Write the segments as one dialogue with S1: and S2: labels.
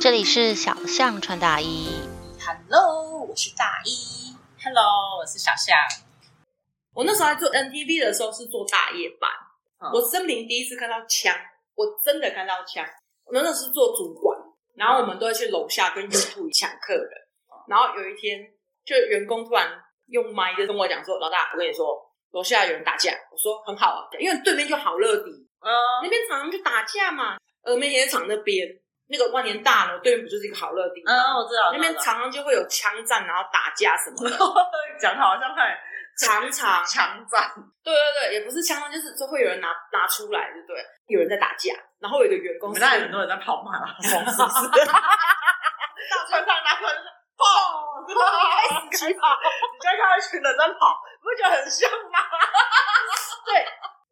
S1: 这里是小象穿大衣。
S2: Hello，我是大一。
S3: Hello，我是小象。
S2: 我那时候在做 NTV 的时候是做大夜班，
S3: 嗯
S2: 我生平第一次看到枪，我真的看到枪。我那时候是做主管，然后我们都会去楼下跟 YouTube 抢客人。然后有一天，就员工突然用麦就跟我讲说：“老大，我跟你说，楼下有人打架。”我说：“很好啊，因为对面就好乐迪，
S3: 嗯
S2: 那边常常就打架嘛。呃峨眉烟厂那边那个万年大楼对面不就是一个好乐迪吗？
S3: 嗯，我知道
S2: 那边常常就会有枪战，然后打架什么的，
S3: 讲的好像很
S2: 常常
S3: 强战，
S2: 对对对，也不是枪战，就是就会有人拿拿出来，对不对？有人在打架，然后有一个员
S3: 我
S2: 工是，
S3: 们那 里很多人在跑马拉松，是 不是？到车上 拿喷，砰！开始跑，你就看到一群人在跑，你不觉得很像吗？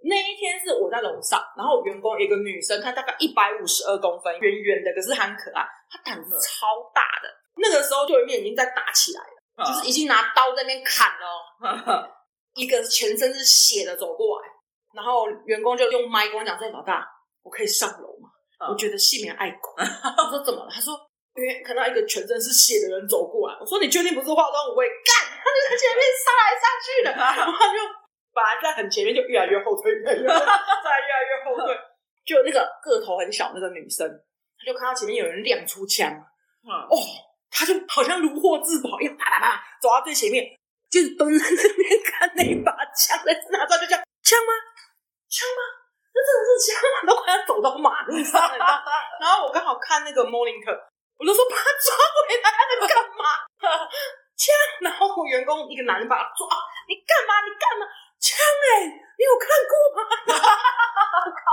S2: 那一天是我在楼上，然后我员工有一个女生，她大概一百五十二公分，圆圆的，可是她很可爱，她胆子超大的。那个时候对面已经在打起来了，就是已经拿刀在那边砍了哦，一个全身是血的走过来，然后员工就用麦跟我讲说：“哎老大，我可以上楼吗？
S3: 嗯
S2: 我觉得性命爱狗。”我说：“怎么了？”他说：“因为看到一个全身是血的人走过来。”我说：“你确定不是化妆舞会？”干，他就在前面杀来杀去的，然后他就本来在很前面，就越来越后退，越来越后退，再越来越后退。就那个个头很小那个女生，她就看到前面有人亮出枪，
S3: 嗯
S2: 哦，他就好像如获至宝一样，啪啪啪走到最前面，就是蹲在那边看那一把枪在拿出来，就叫枪吗？枪吗？那真的是枪吗？都快要走到马路上了，你知道吗然后我刚好看那个 Morning 课，我就说把他抓回来，他在干嘛？ 枪！然后我员工一个男的把他抓，你干嘛？你干嘛？枪哎、你有看过吗？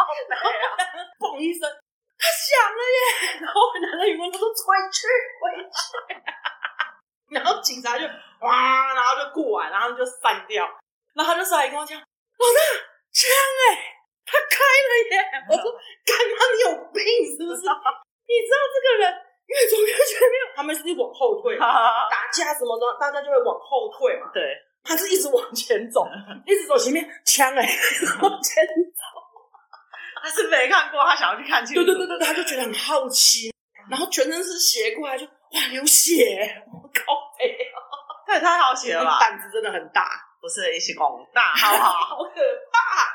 S2: 嘣一声，他响了耶！ 然后我男的员工就说回去，回去。 然后警察就哇，然后就过来，然后就散掉。然后他就上来跟我讲：“老大，枪哎、他开了耶！”我说：“干嘛？你有病是不是？你知道这个人越走越前面，他们是往后退，打架什么的，大家就会往后退嘛。
S3: 对，
S2: 他是一直往前走，一直走前面，枪哎、 往前
S3: 他是没看过，他想要去看清
S2: 对
S3: 楚。
S2: 对对对，对，他就觉得很好奇，然后全身是血过来就哇流血，我靠哎
S3: 这也太好奇了吧？
S2: 胆子真的很大，
S3: 不是一起拱哎大，好好。
S2: 好可怕。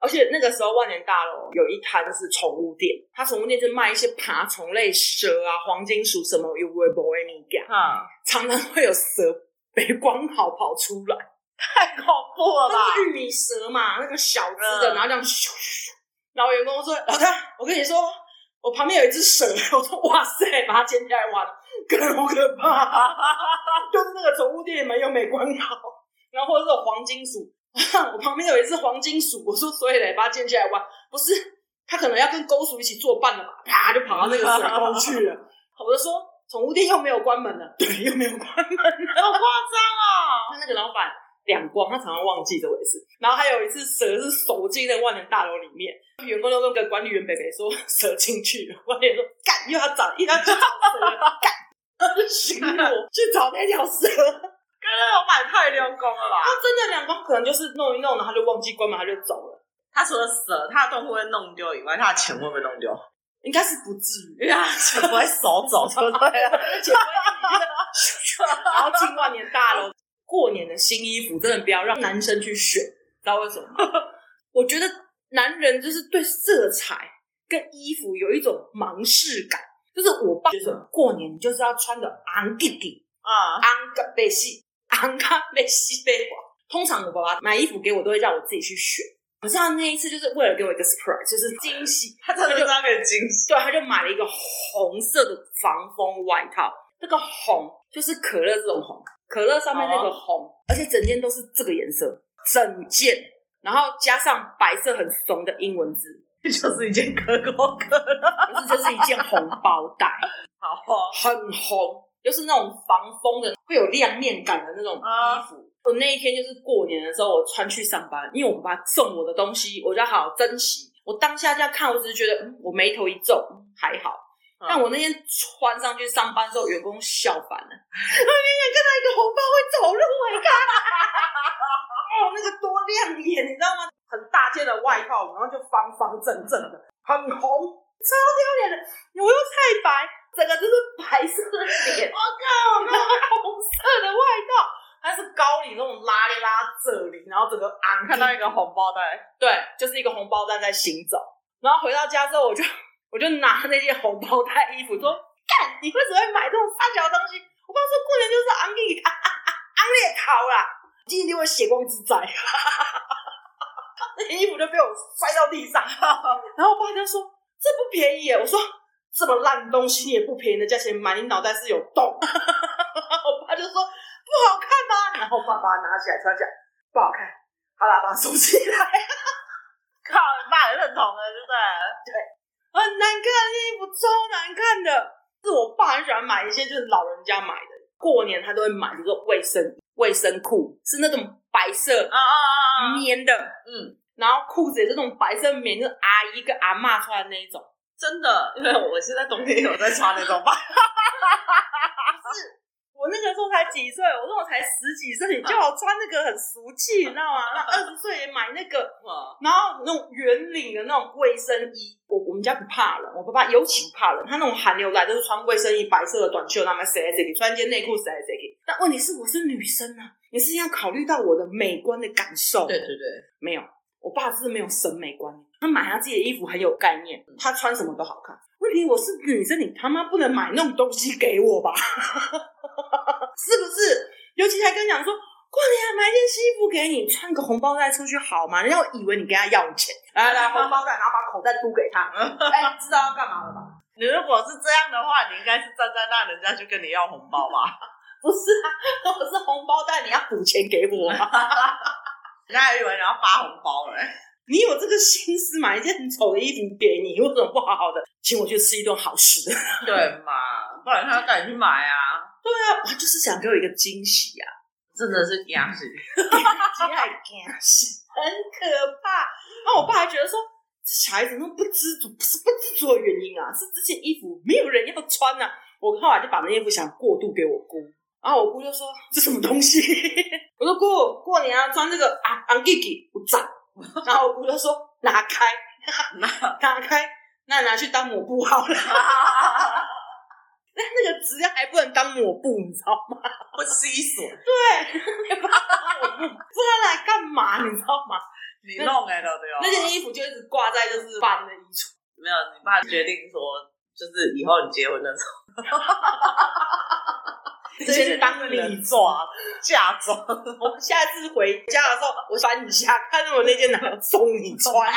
S2: 而且那个时候万年大楼有一摊是宠物店，它宠物店就卖一些爬虫类、蛇啊、黄金鼠什么有微博的物件，
S3: 嗯，
S2: 常常会有蛇被光好跑出来，
S3: 太恐怖了吧？
S2: 那是玉米蛇嘛，那个小只的，
S3: 嗯
S2: 然后这样咻咻咻，然后员工说：“老大，我跟你说，我旁边有一只蛇。” 我说：“哇塞，把它捡起来玩，可不可怕？”就是那个宠物店门又没关好，然后或者是有黄金鼠， 我旁边有一只黄金鼠，我说：“所以嘞，把它捡起来玩，不是它可能要跟公鼠一起作伴了吧？”啪，就跑到那个水沟去了。 我就说：“宠物店又没有关门了， 对，又没有关门了， 好夸张哦！”他那个老板。两光，他常常忘记这回事。然后还有一次，蛇是走进那万能大楼里面，员工就跟个管理员北北说蛇进去了，管理员说干又要找又要去找蛇，干，他就巡逻去找那条蛇。
S3: 跟那老板太溜工了吧
S2: 他？真的两光可能就是弄一弄，然后他就忘记关门，他就走了，
S3: 他除了蛇，他的动物会弄丢以外，他的钱会不会 弄丢？
S2: 应该是不至于。啊
S3: 因为他的钱不会手走，对不对？
S2: 而且然后进万年大楼，过年的新衣服真的不要让男生去选，知道为什么吗？我觉得男人就是对色彩跟衣服有一种盲视感，就是我爸就是过年你就是要穿的昂弟弟，
S3: 啊，
S2: 昂个被戏，昂个被戏被花。通常我爸爸买衣服给我都会让我自己去选，可是他那一次就是为了给我一个 surprise，就是惊喜，
S3: 他真的知道给惊喜。
S2: 对，他就买了一个红色的防风外套，这个红就是可乐这种红，可乐上面那个红，而且整件都是这个颜色，整件，然后加上白色很怂的英文字，
S3: 这就是一件可口可乐，
S2: 可是这是一件红包袋，
S3: 好哦，
S2: 很红，就是那种防风的，会有亮面感的那种
S3: 啊
S2: 衣服。我那一天就是过年的时候，我穿去上班，因为我爸送我的东西，我就要好好珍惜。我当下这样看，我只是觉得，嗯我眉头一皱，嗯还好。
S3: 嗯
S2: 但我那天穿上去上班之后，员工笑翻了。 我远远看到一个红包会走路，我看， 哦，那个多亮眼，你知道吗？很大件的外套，然后就方方正正的，很红，超丢脸的。我又太白，
S3: 整个就是白色的脸，
S2: 我靠，我靠，
S3: 红色的外套，
S2: 它是高领那种拉链拉这里，然后整个昂
S3: 看到一个红包袋，
S2: 对，就是一个红包袋在行走。然后回到家之后，我就我就拿那件红包袋衣服说：“干，你为什么会买这种三角的东西？”我爸说：“过年就是昂给昂昂昂 昂烈烤啦，今天就会血光之灾。”那件衣服就被我摔到地上， 然后我爸就说：“这不便宜耶！”我说：“这么烂的东西你也不便宜的价钱买，你脑袋是有洞。” 我爸就说：“不好看吗？”然后爸爸拿起来穿起来，不好看。好啦，把它收起来。
S3: 靠，你爸也认同
S2: 啊
S3: 了，对不对？
S2: 很难看，那衣服超难看的。是我爸很喜欢买一些就是老人家买的，过年他都会买，比如说卫生衣卫生裤，是那种白色
S3: 啊啊啊啊！
S2: 棉的，
S3: 嗯，
S2: 然后裤子也是那种白色棉，就是阿姨跟阿嬷穿的那一种。
S3: 真的，因为我现在冬天有在穿那种 吧，
S2: 我那个时候才几岁，我说我才十几岁，你叫我穿那个很俗气，你知 道吗？那二十岁也买那个，然后那种圆领的那种卫生衣，我我们家不怕冷，我爸爸尤其不怕冷，他那种寒流来就是穿卫生衣，白色的短袖，他们谁来谁去，穿一件内裤谁来谁去。但问题是我是女生啊，你是要考虑到我的美观的感受。
S3: 对，对对，
S2: 没有，我爸是没有审美观念，他买他自己的衣服很有概念，他穿什么都好看。问题我是女生，你他妈不能买那种东西给我吧？ 是不是？尤其还跟你讲说，过年啊买件西服给你，穿个红包袋出去好吗？人家以为你跟他要钱，来来红包袋，然后把口袋嘟给他， 哎、知道要干嘛了吧？
S3: 你如果是这样的话，你应该是站在那人家去跟你要红包吧？
S2: 不是啊， 我是红包袋，你要补钱给我啊。
S3: 人家还以为你要发红包嘞、
S2: 你有这个心思买一件很丑的衣服给你，为什么不好好的请我去吃一顿好吃的？
S3: 对嘛？不然他要带你去买啊，
S2: 我就是想给我一个惊喜 啊！
S3: 真的是惊 喜。
S2: 太惊喜，很可怕。然后我爸还觉得说，这小孩子那种不知足，不是不知足的原因啊，是这件衣服没有人要穿呐、啊。我后来就把那件衣服想过渡给我姑，然后我姑就说这什么东西？ 我说姑，过年啊穿这个啊昂吉吉不赞。然后我姑就说拿开， 拿开，那拿去当抹布好了。 那那个质量还不能当抹布，你知道吗？
S3: 不吸索，
S2: 对，没办法，我不不知道来干嘛，你知道吗？
S3: 你弄哎都对哦。
S2: 那件衣服就一直挂在就是爸的衣橱，
S3: 没有，你爸决定说，就是以后你结婚的时候，
S2: 这是当礼
S3: 装、啊嫁妆，
S2: 我下次回家的时候，我翻一下，看我那件哪有送你穿。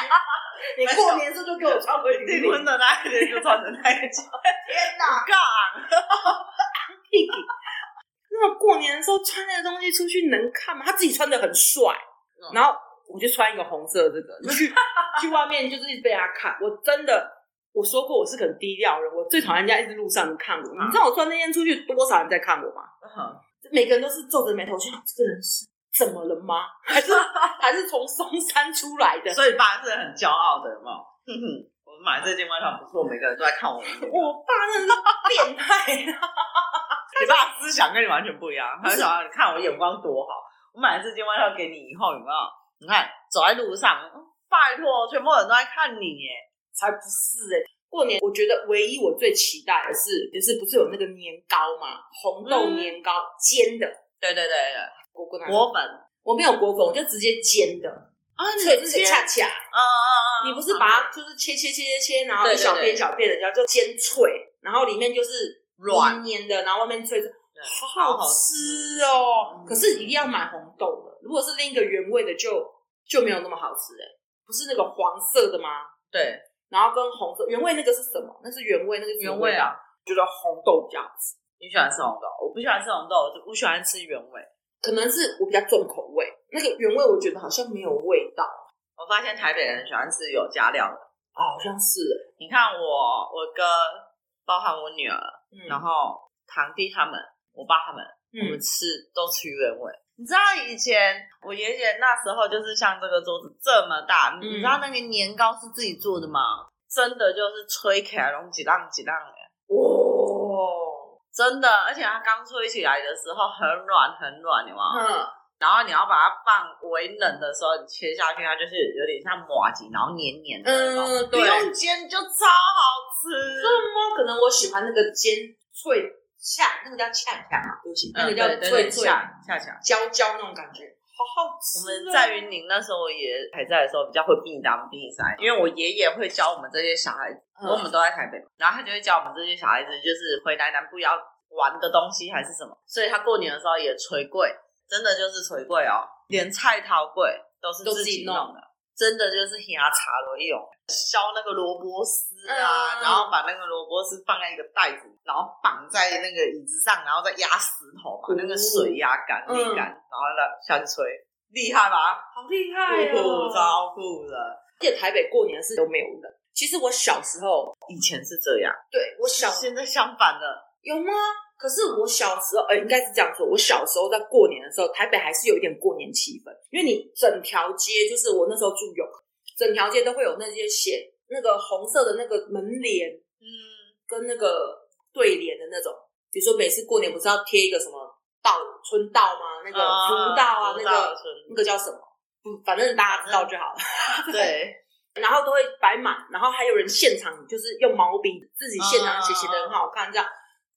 S2: 你过年时候就给我穿回 去。
S3: 订婚的那一天就穿成那一件，
S2: 天哪！
S3: 杠
S2: 啊那么过年的时候穿那个东西出去能看吗？他自己穿的很帅
S3: 嗯，
S2: 然后我就穿一个红色的这个 去去外面，就是一直被他看。我真的我说过我是个很低调的人，我最讨厌人家一直路上看我。你知道我穿那件出去多少人在看我吗？
S3: 嗯
S2: 每个人都是皱着眉头说：“这个人是怎么了 吗？还是还是从松山出来的？”
S3: 所以爸是很骄傲的，有没有？ 我买这件外套不错，每个人都在看我。你
S2: 我爸真的是变态啊！
S3: 爸思想 跟你完全不一样，他就想你看我眼光多好，我买了这件外套给你以后，有没有？你看走在路上，嗯拜托，全部人都在看你耶。
S2: 才不是哎、过年我觉得唯一我最期待的是，就是不是有那个年糕嘛，红
S3: 嗯
S2: 豆年糕、煎的
S3: 对对对对，
S2: 果果
S3: 果粉嗯
S2: 我没有果粉，我就直接煎的，
S3: 啊，
S2: 脆脆恰恰。
S3: 啊啊啊！
S2: 你不是把它就是切切切切切，然后
S3: 对
S2: 一
S3: 对
S2: 小
S3: 对
S2: 片小片的，然后就煎脆，然后里面就是
S3: 软
S2: 黏黏的，然后外面脆脆，好
S3: 好
S2: 好
S3: 好
S2: 吃哦
S3: 嗯。
S2: 可是一定要买红豆的，如果是另一个原味的就就没有那么好吃哎、不是那个黄色的吗？
S3: 对
S2: 然后跟红色原味那个是什么？那是原味，那个是什么
S3: 原味啊，
S2: 觉得红豆比较好吃，
S3: 你喜欢吃红豆，我不喜欢吃红豆，我喜欢吃原味。
S2: 可能是我比较重口味，那个原味我觉得好像没有味道，
S3: 我发现台北人喜欢吃有加料的。
S2: 好像是欸，
S3: 你看我，我哥，包含我女儿，
S2: 嗯
S3: 然后堂弟他们，我爸他们，我们
S2: 嗯
S3: 吃都吃原味。你知道以前我爷爷那时候就是像这个桌子这么大，
S2: 嗯
S3: 你知道那个年糕是自己做的吗？真的就是吹起来，然后几浪几浪的，
S2: 哦，
S3: 真的。而且它刚吹起来的时候很软很软，有吗？
S2: 嗯，
S3: 然后你要把它放微冷的时候，你切下去，它就是有点像马吉，然后黏黏的那种，
S2: 嗯
S3: 不
S2: 对
S3: 用煎就超好
S2: 这
S3: 吃。
S2: 么可能我喜欢那个尖脆恰，那个叫恰恰嘛，对不起，那个叫
S3: 嗯对对
S2: 脆
S3: 对
S2: 脆
S3: 恰恰恰。
S2: 焦焦那种感觉，好好吃
S3: 我
S2: 哦。
S3: 们在云林那时候也还在的时候，比较会避当避塞，因为我爷爷会教我们这些小孩子，
S2: 嗯
S3: 我们都在台北嘛，然后他就会教我们这些小孩子，就是回来南部要玩的东西还是什么，所以他过年的时候也捶柜，真的就是捶柜哦，连菜桃柜都是
S2: 都自
S3: 自
S2: 己
S3: 己
S2: 弄
S3: 弄的。真的就是牙茶罗用，削那个萝卜丝
S2: 嗯
S3: 啊，然后把那个萝卜丝放在一个袋子，然后绑在那个椅子上，然后再压石头，
S2: 嗯
S3: 把那个水压干、沥干，然后让下去吹。厉害吧？
S2: 好厉害
S3: 酷，
S2: 哦！
S3: 超酷的。
S2: 而且台北过年是都没有人。其实我小时候，
S3: 以前是这样，
S2: 对我小
S3: 现在相反了。
S2: 有吗？可是我小时候，呃，应该是这样说。我小时候在过年的时候，台北还是有一点过年气氛，因为你整条街，就是我那时候住永和，整条街都会有那些写那个红色的那个门帘
S3: 嗯，
S2: 跟那个对联的那种。比如说每次过年不是要贴一个什么道春道吗？
S3: 嗯
S2: 那个
S3: 哦
S2: 福道啊，那个那个叫什么？不，反正大家知道
S3: 嗯
S2: 就好了。
S3: 个对，
S2: 然后都会摆满，然后还有人现场就是用毛笔自己现场写，
S3: 嗯
S2: 写的很好看，这样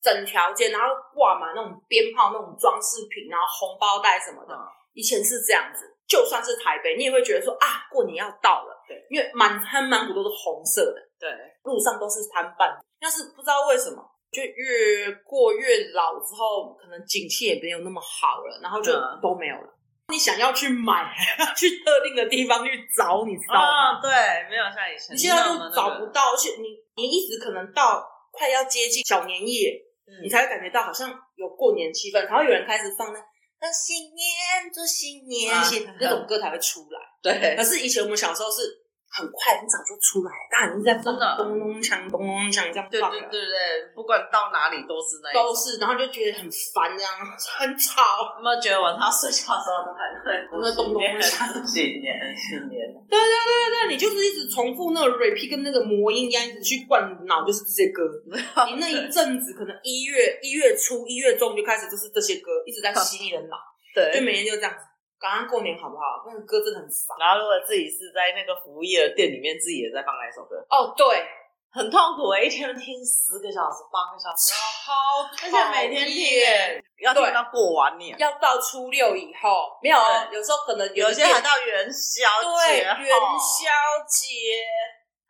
S2: 整条街，然后挂满那种鞭炮、那种装饰品，然后红包袋什么的。
S3: 嗯
S2: 以前是这样子，就算是台北，你也会觉得说啊，过年要到了，
S3: 对，
S2: 因为满摊满谷都是红色的，
S3: 对，
S2: 路上都是摊贩。但是不知道为什么，就越过越老之后，可能景气也没有那么好了，然后就
S3: 嗯
S2: 都没有了。你想要去买， 去特定的地方去找，你知道吗？
S3: 啊，对，没有像以前
S2: 你现在
S3: 那
S2: 就
S3: 么那个
S2: 找不到，而且你你一直可能到快要接近小年夜，
S3: 嗯
S2: 你才会感觉到好像有过年气氛，然后有人开始放那“呃新年祝新年
S3: 啊
S2: 新”那种歌才会出来。
S3: 对
S2: 可，是以前我们小时候是很快很早就出来，大人在放
S3: 真的
S2: 咚咚锵咚咚锵这样
S3: 对
S2: 放
S3: 对
S2: 的，
S3: 对对，不管到哪里都是那一种
S2: 都。是，然后就觉得很烦，这样 很吵。
S3: 有没有觉得晚上睡觉的时候都还会
S2: 我在咚咚咚
S3: 想几年几年？
S2: 对对，你就是一直重复那个 repeat 跟那个魔音一样，一直去灌脑，就是这些歌。你那一阵子可能一月一月初、一月中就开始，就是这些歌一直在洗你的脑，就
S3: 对。
S2: 每天就这样子。刚刚过年好不好？那个歌真的很烦。
S3: 然后如果自己是在那个服务业的店里面，自己也在放那首歌，
S2: 哦，对，
S3: 很痛苦、欸，一天听十个小时、八个小时，
S2: 超
S3: 而且每天听、欸，要听到过完年，
S2: 要到初六以后没有哦，有时候可能
S3: 有
S2: 一
S3: 些还到元宵
S2: 对
S3: 节，
S2: 元
S3: 吼
S2: 宵节，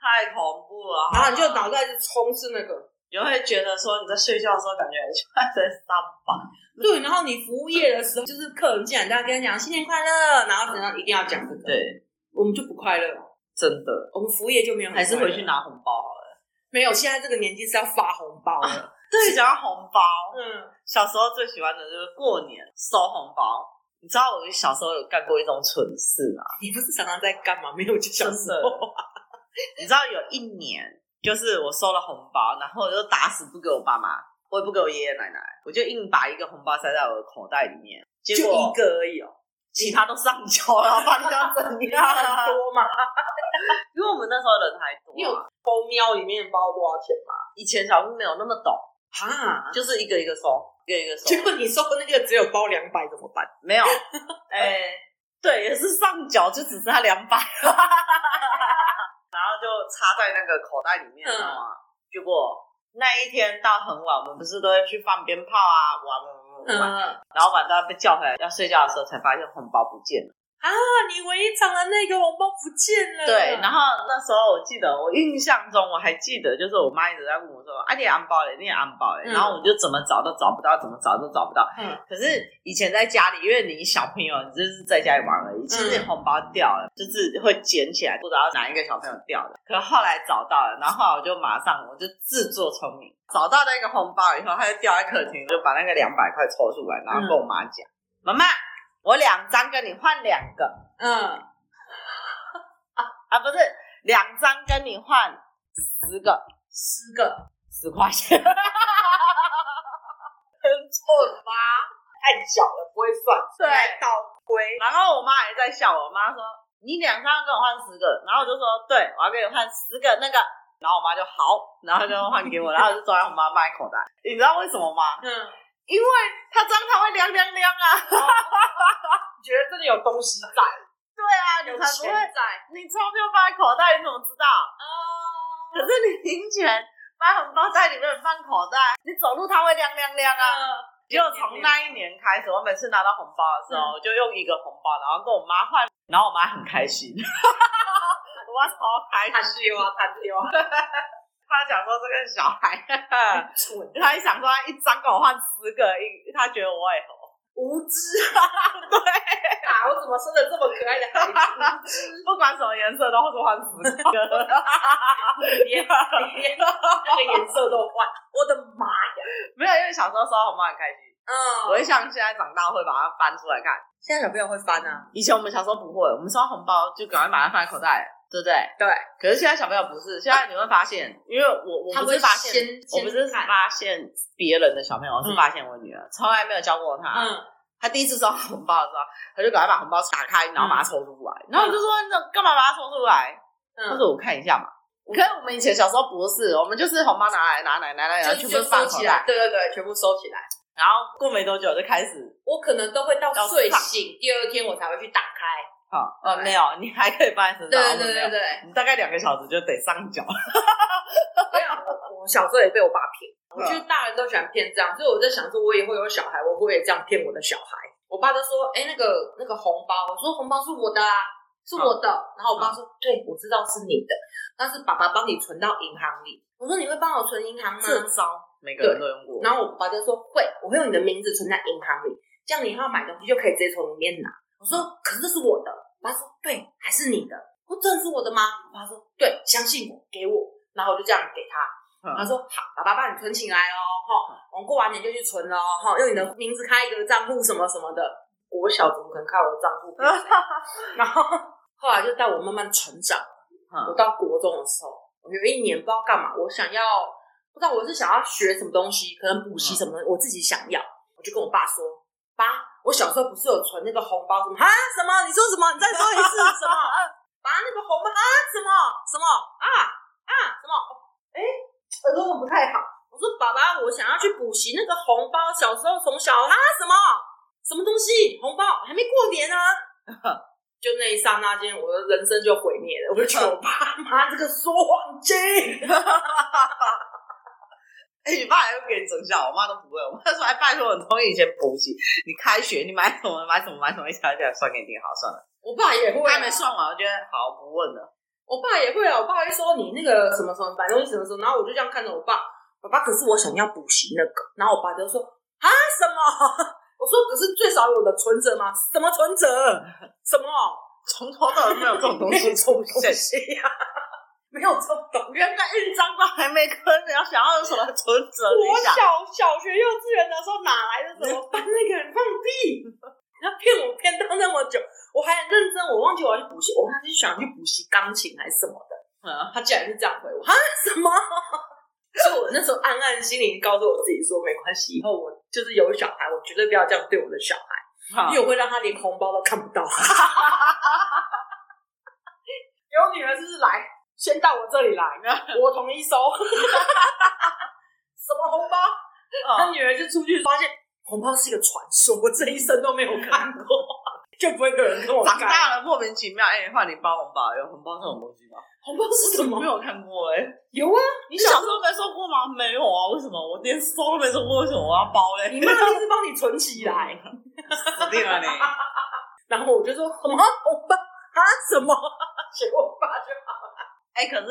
S3: 太恐怖了。
S2: 然后你就脑袋就充斥那个。
S3: 你会觉得说你在睡觉的时候，感觉就在上班，
S2: 对，然后你服务业的时候，就是客人进来，大家跟他讲新年快乐，然后怎样一定要讲这个。，
S3: 对，
S2: 我们就不快乐，
S3: 真的
S2: 我们服务业就没有很
S3: 还是
S2: 快乐
S3: 回去拿红包好了。
S2: 没有，现在这个年纪是要发红包了。
S3: 对，讲到红包，
S2: 嗯，
S3: 小时候最喜欢的就是过年收红包。你知道我小时候有干过一种蠢事吗？
S2: 你不是常常在干嘛？没有，就小时候。
S3: 你知道有一年，就是我收了红包，然后我就打死不给我爸妈，我也不给我爷爷奶奶，我就硬把一个红包塞在我的口袋里面，结
S2: 就
S3: 果
S2: 一个而已哦，
S3: 其他都上交了， 不然你 要怎样？啊
S2: 多嘛。
S3: 因为我们那时候人还 多、
S2: 你有
S3: 啊，
S2: 包喵里面包多少钱吗？
S3: 以前小时候没有那么懂，
S2: 哈，
S3: 就是一个一个收，一个一个收，
S2: 结果你收那个只有包两百，怎么办？
S3: 没 有，哎、对，也是上缴，就只剩下两百，然后就插在那个口袋里面
S2: 嗯
S3: 啊。结果那一天到很晚，我们不是都会去放鞭炮啊，玩玩玩玩，
S2: 嗯，
S3: 然后玩到被叫回来要睡觉的时候，才发现红包不见了。
S2: 那你唯一长的那个红包不见了。
S3: 对，然后那时候我记得，我印象中我还记得，就是我妈一直在问我说：“啊，你安包嘞，你安包嘞。
S2: 嗯
S3: 然后我就怎么找都找不到，怎么找都找不到。
S2: 嗯，
S3: 可是以前在家里，因为你小朋友，你就是在家里玩
S2: 嗯
S3: 而已。其实你红包掉了，就是会捡起来，不知道哪一个小朋友掉的。可是后来找到了，然后后来我就马上我就自作聪明，找到那个红包以后，他就掉在客厅，就把那个两百块抽出来，然后跟我妈讲：“妈妈，我两张跟你换两个
S2: 嗯，
S3: 啊，不是两张跟你换十个
S2: 十个，
S3: 十块钱。” 很蠢吧？
S2: 太小了，不会算。
S3: 对
S2: 来倒亏。
S3: 然后我妈还在笑，我妈说你两张要跟我换十个，然后我就说对，我要跟你换十个那个，然后我妈就好，然后就换给我，然后我就装在我妈妈口袋。你知道为什么吗？
S2: 嗯，
S3: 因为她张常会凉凉凉啊，
S2: 觉得真的有东西在，
S3: 对啊，
S2: 有
S3: 你才不
S2: 钱
S3: 会，
S2: 在。
S3: 你钞票放在口袋，你怎么知道？
S2: 哦，
S3: 可是你零钱把红包在里面放口袋，你走路它会亮亮亮
S2: 嗯
S3: 啊。结果从那一年开始，我每次拿到红包的时
S2: 嗯
S3: 候，我就用一个红包，然后跟我妈换，然后我妈很开 心，我妈超开
S2: 贪
S3: 心，
S2: 丢啊，贪丢啊，
S3: 她讲说这个小孩，
S2: 蠢，
S3: 她一想说她一张跟我换十个，一她觉得我也很
S2: 无知啊！对啊，我怎么生了这么可爱的孩子？
S3: 不管什么颜色都会换十个，
S2: 连连那个颜色都换，我的妈呀！
S3: 没有，因为小时候收到红包很开心。我
S2: 嗯，
S3: 会像现在长大会把它翻出来看。现在小朋友会翻啊，以前我们小时候不会，我们收到红包就赶快把它放在口袋，对不对？
S2: 对。
S3: 可是现在小朋友不是，现在你会发现，因为我我
S2: 他
S3: 不
S2: 会
S3: 是发现
S2: 先，
S3: 我不是
S2: 先看
S3: 发现别人的小朋友，我是
S2: 嗯
S3: 发现我女儿，从来没有教过她。
S2: 嗯，
S3: 她第一次收到红包的时候，她就赶快把红包打开，然后把它抽出来，然后我就说：“你怎么干嘛把它抽出来？”她
S2: 嗯，
S3: 说：“我看一下嘛。”可是我们以前小时候不是，我们就是红包拿来拿来拿来，然后全部放口袋，
S2: 对对对，全部收起来。
S3: 然后过没多久就开始
S2: 我可能都会到
S3: 要
S2: 睡
S3: 上
S2: 醒第二天我才会去打开。
S3: 好，呃，没有，你还可以放在身上。
S2: 对
S3: 我说
S2: 对
S3: 没
S2: 对
S3: 有
S2: 对，
S3: 你大概两个小时就得上脚。
S2: 没有， 我我小时候也被我爸骗。我
S3: 嗯
S2: 觉得大人都喜欢骗这样，所以我在想说，我以后有小孩，我会不会也这样骗我的小孩？我爸就说：“哎、那个那个红包，我说红包是我的啊，是我的。然后我爸说：“对，我知道是你的，但是爸爸帮你存到银行里。”我说：“你会帮我存银行吗？”
S3: 这招每个人都用过。
S2: 然后我爸就说会，我会用你的名字存在银行里，这样你以后要买东西就可以直接从里面拿。我说可是这是我的，我爸说对，还是你的。我说真的是我的吗？我爸说对，相信我，给我。然后我就这样给他，
S3: 嗯
S2: 他说好，爸爸帮你存起来哦，哈，我们过完年就去存了哦，哈，用你的名字开一个账户什么什么的。我小怎么可能开我的账户？ 然后后来就带我慢慢成长。我
S3: 嗯
S2: 到国中的时候，我有一年不知道干嘛，我想要不知道我是想要学什么东西，可能补习什么东西，我自己想要，我就跟我爸说：“爸，我小时候不是有存那个红包什么啊？什么？你说什么？你再说一次什么？爸，那个红包啊？什么什么啊啊什么？哎、耳朵怎么不太好？”我说：“爸爸，我想要去补习那个红包，小时候从小啊什么什么东西红包还没过年呢、就那一刹那间，我的人生就毁灭了。我就觉得我爸妈这个说谎精，
S3: 哎，你爸还会给你整笑，我妈都不会。我妈说：“哎，拜托，你从以前补习，你开学你买什么买什么买什么，一条一条算给你听，好算了。”
S2: 我爸也会、
S3: 我
S2: 啊，
S3: 还没算完，我觉得好不问了。
S2: 我爸也会啊，我爸会说你那个什么什么买东西什么什么，然后我就这样看着我爸，爸爸可是我想要补习那个，然后我爸就说啊什么？ 我说可是最少有的存折吗？什么存折？什么？
S3: 从头到 尾没有这种东西出现，
S2: 西呀、没有这种东西。
S3: 原来印章都还没跟，你要想要有什么存折？
S2: 我
S3: 你想
S2: 小小学幼稚园的时候哪来的什么翻那个人放屁？ 他骗我骗到那么久，我还很认真，我忘记我要去补习，我还是想去补习钢琴还是什么的。
S3: 嗯
S2: 他竟然是这样回我啊？什么？ 所以我那时候暗暗心里告诉我自己说，没关系，以后我就是有小孩，我绝对不要这样对我的小孩，
S3: 好
S2: 因为我会让他连红包都看不到。 有女儿就是来，先到我这里来，我统一收。什么红包？ 他
S3: 嗯
S2: 女儿就出去发现红包是一个传说，我这一生都没有看过，就不会有人跟我
S3: 长
S2: 干
S3: 大了莫名其妙，哎，换你包红包，有红包这种东西吗？
S2: 红包是什么
S3: 没？有看过哎。
S2: 啊有啊，
S3: 你小时候没收过吗？没有啊，为什么？我连收都没收过，为什么我要包嘞？
S2: 你妈一直帮你存起来。
S3: 死定了你！
S2: 然后我就说什么红包啊什么，结果我爸就
S3: 哎、可是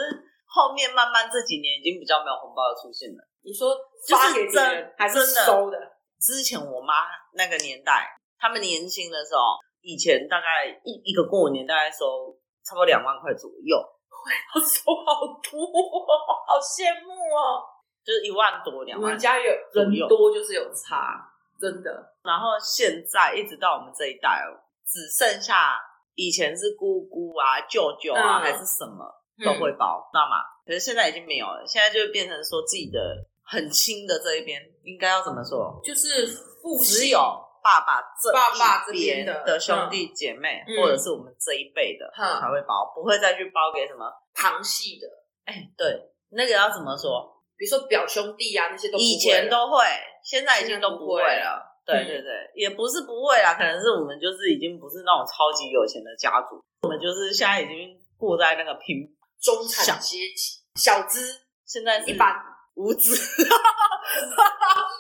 S3: 后面慢慢这几年已经比较没有红包的出现了。
S2: 你说
S3: 发
S2: 发
S3: 给
S2: 给
S3: 别人
S2: 还
S3: 还是
S2: 是
S3: 收
S2: 收 的，
S3: 之前我妈那个年代，他们年轻的时候，以前大概一一个过年大概收差不多两万块左右，
S2: 我收好多、好羡慕哦。
S3: 就是一万多两
S2: 我
S3: 万
S2: 们。家有人多就是有差，真的。
S3: 然后现在一直到我们这一代哦，只剩下以前是姑姑啊、舅舅啊、
S2: 嗯
S3: 还是什么。都会包，知道吗？可是现在已经没有了，现在就变成说自己的很亲的这一边应该要怎么说？
S2: 就是父
S3: 只有爸爸这一
S2: 爸爸这边
S3: 边
S2: 的
S3: 的兄弟姐妹，
S2: 嗯
S3: 或者是我们这一辈的、
S2: 嗯
S3: 才会包，不会再去包给什么？
S2: 旁系的，
S3: 哎，对，那个要怎么说？
S2: 比如说表兄弟啊那些都不会
S3: 以前都会，现在已经都不会
S2: 现在
S3: 了。对对对，
S2: 嗯
S3: 也不是不会啦，可能是我们就是已经不是那种超级有钱的家族，我们就是现在已经过在那个贫，
S2: 中产阶级小资
S3: 现在是
S2: 一般
S3: 无知，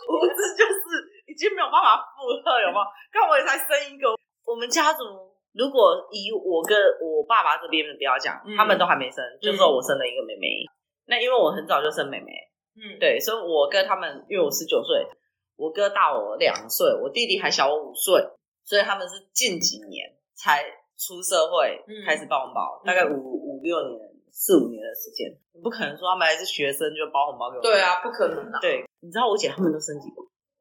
S3: 无知就是已经没有办法负荷，有没有？看我也才生一个，我们家族如果以我跟我爸爸这边的不要讲，
S2: 嗯
S3: 他们都还没生，就说我生了一个妹妹。那因为我很早就生妹妹，
S2: 嗯，
S3: 对，所以我哥他们，因为我十九岁，我哥大我两岁，我弟弟还小我五岁，所以他们是近几年才出社会
S2: 嗯
S3: 开始帮我包，大概五五六年、四五年的时间，你不可能说他们还是学生就包红包给我。
S2: 对，啊，不可能啊，
S3: 对，你知道我姐他们都生几个？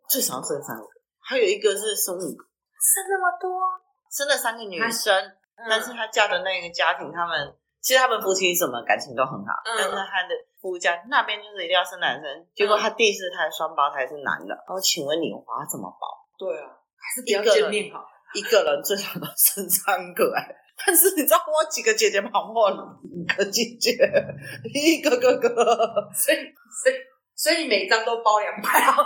S3: 最少生三个，还有一个是生五个，
S2: 生那么多，
S3: 生了三个女
S2: 她
S3: 生，但
S2: 嗯但
S3: 是
S2: 是
S3: 她嫁的那个家庭，他们其实他们夫妻什么感情都很好，
S2: 嗯
S3: 但是她的夫家那边就是一定要生男生，结果她第四胎双胞胎是男的。然后请问你娃怎么保？
S2: 对啊，还是不
S3: 一
S2: 要
S3: 个
S2: 见
S3: 人
S2: 面好。
S3: 一个人最少都生三个哎、但是你知道我几个姐姐跑过五个姐姐，一个哥哥，
S2: 所以所以所以你每张都包两百啊？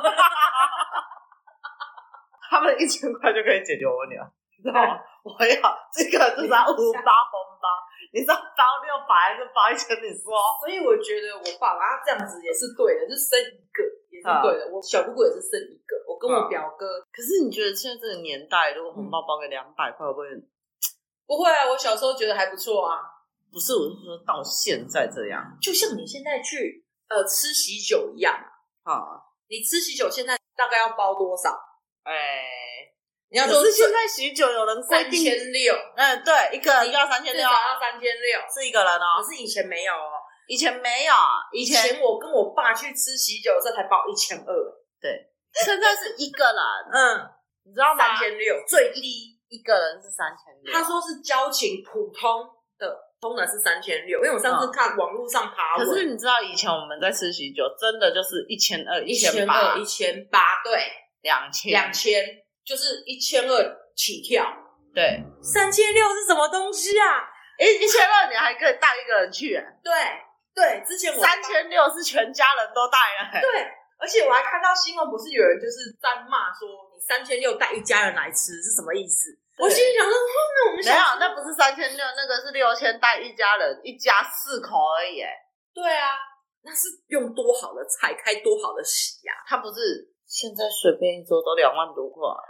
S3: 他们一千块就可以解决我女 儿，你知道吗？我要这个就是要五包红包，你知道包六百还是包一千？你说
S2: 所以我觉得我爸爸这样子也是对的，就生一个也是对
S3: 嗯
S2: 的。我小姑姑也是生一个，我跟我表哥
S3: 可是你觉得现在这个年代，如果红包包个两百块，会不会很？
S2: 不会啊，我小时候觉得还不错啊。
S3: 不是，我是说到现在这样
S2: 就像你现在去呃吃喜酒一样，
S3: 啊？
S2: 你吃喜酒现在大概要包多少？
S3: 哎、
S2: 你要
S3: 可
S2: 说
S3: 是现在许久有人规
S2: 三
S3: 定，
S2: 千六，
S3: 嗯，对，一个人要三千
S2: 至少，
S3: 六
S2: 要三千六。
S3: 是一个人
S2: 可
S3: 哦。
S2: 是以前没有哦，
S3: 以前没有，以
S2: 以
S3: 前
S2: 前我跟我爸去吃喜酒的时候才包一千二，欸
S3: 对，现在是一个人，
S2: 嗯，
S3: 你知道吗？
S2: 三千六最低。
S3: 一个人是三千六。
S2: 他说是交情普通的，通常是三千六，因为我上次看网络上爬文，
S3: 可是你知道以前我们在吃喜酒，真的就是一千二、
S2: 一
S3: 千
S2: 千
S3: 八
S2: 二、一、千八，对，嗯
S3: 两千、
S2: 两千就是一千二起跳，
S3: 对，
S2: 三千六是什么东西啊？
S3: 一一千二你还可以带一个人去、欸
S2: 对对，之前我
S3: 三千六是全家人都带了、欸
S2: 对，而且我还看到新闻，不是有人就是在骂说你三千六带一家人来吃是什么意思？
S3: 对
S2: 我心里想说，哦，那我们
S3: 没
S2: 想
S3: 有，那不是三千六，那个是六千带一家人，一家四口而已。哎
S2: 对啊，那是用多好的菜开多好的啊席呀、
S3: 他不是现在随便一桌都两万多块，啊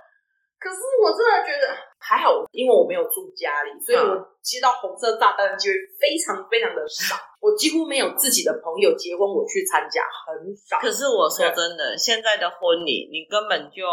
S2: 可是我真的觉得还好，因为我没有住家里，所以
S3: 嗯
S2: 我接到红色炸弹的机会非常非常的少。我几乎没有自己的朋友结婚，我去参加很少。
S3: 可是我说真的，现在的婚礼你根本就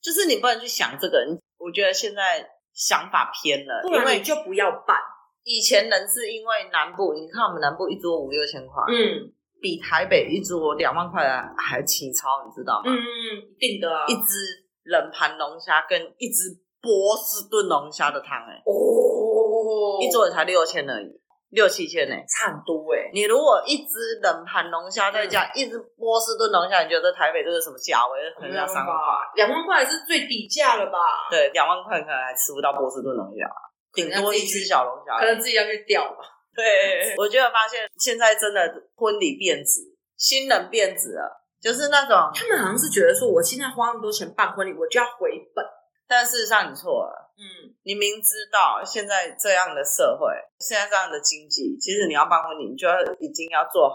S3: 就是你不能去想这个，你我觉得现在想法偏了，
S2: 不
S3: 因
S2: 然
S3: 为
S2: 你就不要办。
S3: 以前人是因为南部，你看我们南部一桌五六千块，
S2: 嗯
S3: 比台北一桌两万块的还奇超，你知道吗？
S2: 嗯嗯，一定的啊。
S3: 一只冷盘龙虾跟一只波士顿龙虾的汤、哎，
S2: 哦，
S3: 一桌也才六千而已，六七千呢、哎
S2: 差很多哎、
S3: 你如果一只冷盘龙虾再加一只波士顿龙虾，你觉得台北这是什么价位？可能要三万块，
S2: 吧，两万块啊是最底价了吧？，
S3: 对，两万块可能还吃不到波士顿龙虾，顶多一只小龙虾
S2: 可。能自己要去钓吧。
S3: 对，我就有发现现在真的婚礼变质，新人变质了，就是那种，
S2: 他们好像是觉得说，我现在花那么多钱办婚礼，我就要回本。
S3: 但事实上你错了。
S2: 嗯，
S3: 你明知道现在这样的社会，现在这样的经济，其实你要办婚礼，你就要已经要做好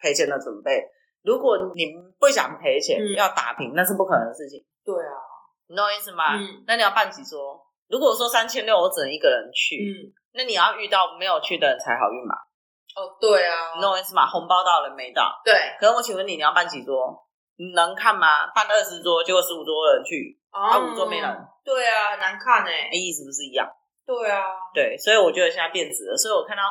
S3: 赔钱的准备。如果你不想赔钱，
S2: 嗯
S3: 要打平，那是不可能的事情。
S2: 对啊，
S3: 你懂我意思吗？
S2: 嗯
S3: 那你要办几桌？如果说三千六，我只能一个人去，
S2: 嗯，
S3: 那你要遇到没有去的人才好运嘛？
S2: 哦，对啊
S3: 你，懂我意思吗？红包到了没到？
S2: 对，
S3: 可是我请问你，你要办几桌？你能看吗？办二十桌，结果十五桌有人去，
S2: 啊
S3: 啊，五桌没人，
S2: 对啊，很难看哎、
S3: 哎，意思不是一样？
S2: 对啊，
S3: 对，所以我觉得现在变质了。所以我看到，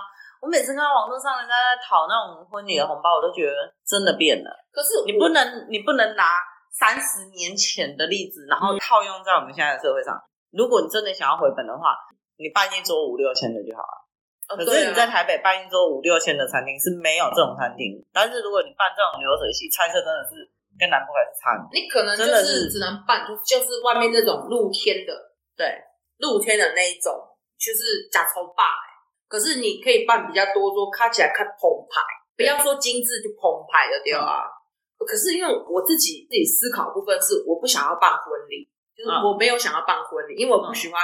S3: 我每次看到网络上人家在讨那种婚礼的红包，我都觉得真的变了。
S2: 可是
S3: 你
S2: 我
S3: 不能，你不能拿三十年前的例子，然后套用在我们现在的社会上。如果你真的想要回本的话，你办一桌五六千的就好了。
S2: 哦
S3: 可
S2: 对
S3: 是
S2: 啊
S3: 你在台北办一桌五六千的餐厅是没有这种餐厅，但是如果你办这种流水席，菜色真的是跟南部还是差很多。
S2: 你可能就
S3: 真的
S2: 是
S3: 是
S2: 只能办，就就是外面那种露天的，
S3: 对，
S2: 露天的那一种，就是假头霸、欸。可是你可以办比较多桌，看起来看澎湃，不
S3: 对嗯
S2: 要说精致就澎湃的对啊。可是因为我自己自己思考的部分是，我不想要办婚礼，就是
S3: 嗯
S2: 我没有想要办婚礼，因为我不喜欢